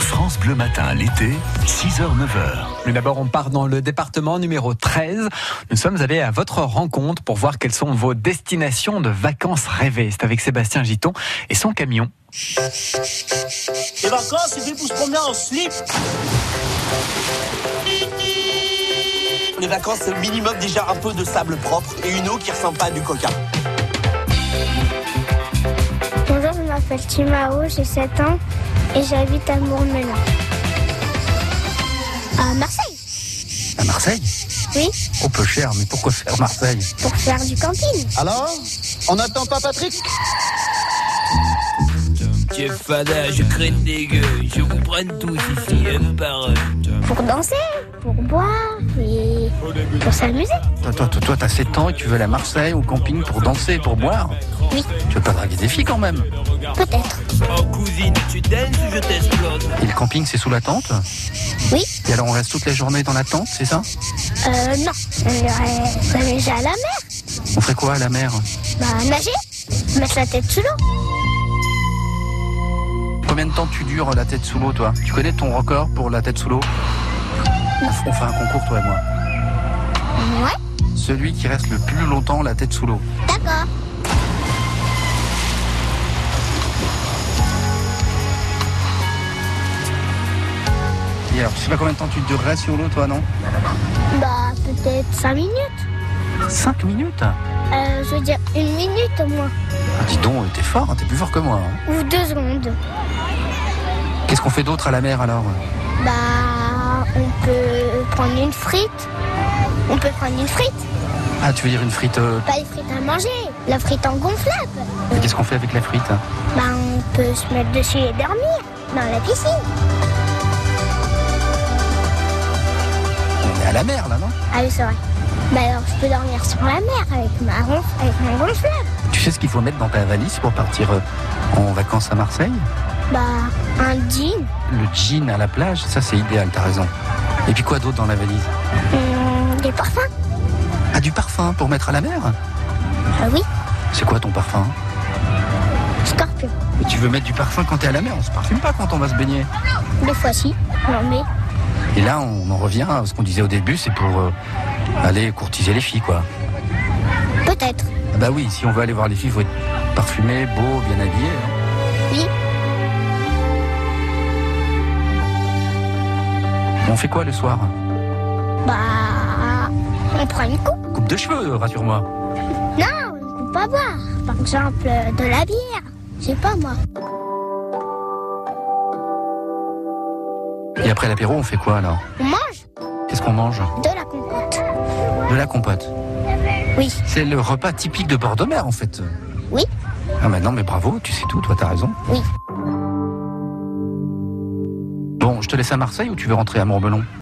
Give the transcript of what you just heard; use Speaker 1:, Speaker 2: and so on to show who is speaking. Speaker 1: France Bleu Matin l'été, 6h, 9h.
Speaker 2: Mais d'abord, on part dans le département numéro 13. Nous sommes allés à votre rencontre pour voir quelles sont vos destinations de vacances rêvées. C'est avec Sébastien Giton et son camion.
Speaker 3: Les vacances, ben, c'est fait pour se promener en slip. Les vacances, c'est minimum déjà un peu de sable propre et une eau qui ressemble pas à du coca.
Speaker 4: Bonjour, je m'appelle Timao, j'ai 7 ans et j'habite à Mourmelin. À Marseille
Speaker 5: À Marseille
Speaker 4: Oui,
Speaker 5: Oh, peu cher, mais pourquoi faire Marseille
Speaker 4: pour faire du camping.
Speaker 6: Alors On n'attend pas Patrick
Speaker 7: Chef Fada, je craigne des gueux, je vous prenne tous ici, un par un.
Speaker 4: Pour danser, pour boire et pour s'amuser.
Speaker 5: Toi, toi, toi, toi, t'as 7 ans et tu veux aller à Marseille au camping pour danser, pour boire
Speaker 4: Oui,
Speaker 5: Tu veux pas draguer des filles quand même
Speaker 4: peut-être.
Speaker 7: Oh cousine, tu danses ou je t'explose
Speaker 5: Et le camping, c'est sous la tente
Speaker 4: Oui,
Speaker 5: Et alors, on reste toute la journée dans la tente, c'est ça
Speaker 4: euh, non. On irait on irait déjà à la mer.
Speaker 5: On ferait quoi à la mer
Speaker 4: Bah, nager, mettre la tête sous l'eau.
Speaker 5: Combien de temps tu dures la tête sous l'eau, toi Tu connais ton record pour la tête sous l'eau On fait un concours, toi et moi.
Speaker 4: Ouais,
Speaker 5: Celui qui reste le plus longtemps la tête sous l'eau.
Speaker 4: d'accord.
Speaker 5: Et alors, tu sais pas combien de temps tu durerais sur l'eau, toi, non
Speaker 4: Bah, peut-être 5 minutes.
Speaker 5: 5 minutes
Speaker 4: Euh, je veux dire une minute au moins.
Speaker 5: Ah, Dis donc, t'es fort, hein, t'es plus fort que moi. hein.
Speaker 4: Ou deux secondes.
Speaker 5: Qu'est-ce qu'on fait d'autre à la mer, alors
Speaker 4: Bah, on peut prendre une frite. On peut prendre une frite.
Speaker 5: Ah, tu veux dire une frite euh,
Speaker 4: Pas les frites à manger, la frite en gonflable.
Speaker 5: et Qu'est-ce qu'on fait avec la frite
Speaker 4: Bah, on peut se mettre dessus et dormir dans la piscine.
Speaker 5: On est à la mer, là, non
Speaker 4: Ah oui, c'est vrai. Bah alors, je peux dormir sur la mer avec ma, ronf- avec ma gonflable.
Speaker 5: Tu sais ce qu'il faut mettre dans ta valise pour partir euh, en vacances à Marseille
Speaker 4: Bah, un jean,
Speaker 5: Le jean à la plage, ça c'est idéal, t'as raison. Et puis quoi d'autre dans la valise
Speaker 4: hum, des parfums.
Speaker 5: Ah, du parfum pour mettre à la mer
Speaker 4: Ah oui,
Speaker 5: C'est quoi ton parfum
Speaker 4: scorpion.
Speaker 5: Mais tu veux mettre du parfum quand t'es à la mer, on se parfume pas quand on va se baigner.
Speaker 4: Des fois si, non mais
Speaker 5: Et là, on en revient à ce qu'on disait au début, c'est pour euh, aller courtiser les filles, quoi.
Speaker 4: peut-être.
Speaker 5: Ah Bah oui, si on veut aller voir les filles, faut être parfumé, beau, bien habillé. hein.
Speaker 4: Oui,
Speaker 5: On fait quoi le soir
Speaker 4: bah, on prend une coupe.
Speaker 5: Coupe de cheveux, rassure-moi.
Speaker 4: Non, une coupe à boire. Par exemple, euh, de la bière. Je sais pas moi.
Speaker 5: Et après l'apéro, on fait quoi alors
Speaker 4: On mange
Speaker 5: Qu'est-ce qu'on mange
Speaker 4: de la compote.
Speaker 5: De la compote.
Speaker 4: Oui,
Speaker 5: C'est le repas typique de bord de mer, en fait.
Speaker 4: oui,
Speaker 5: Ah bah non, mais bravo, tu sais tout, toi t'as raison.
Speaker 4: Oui.
Speaker 5: Bon, je te laisse à Marseille ou tu veux rentrer à Montbelon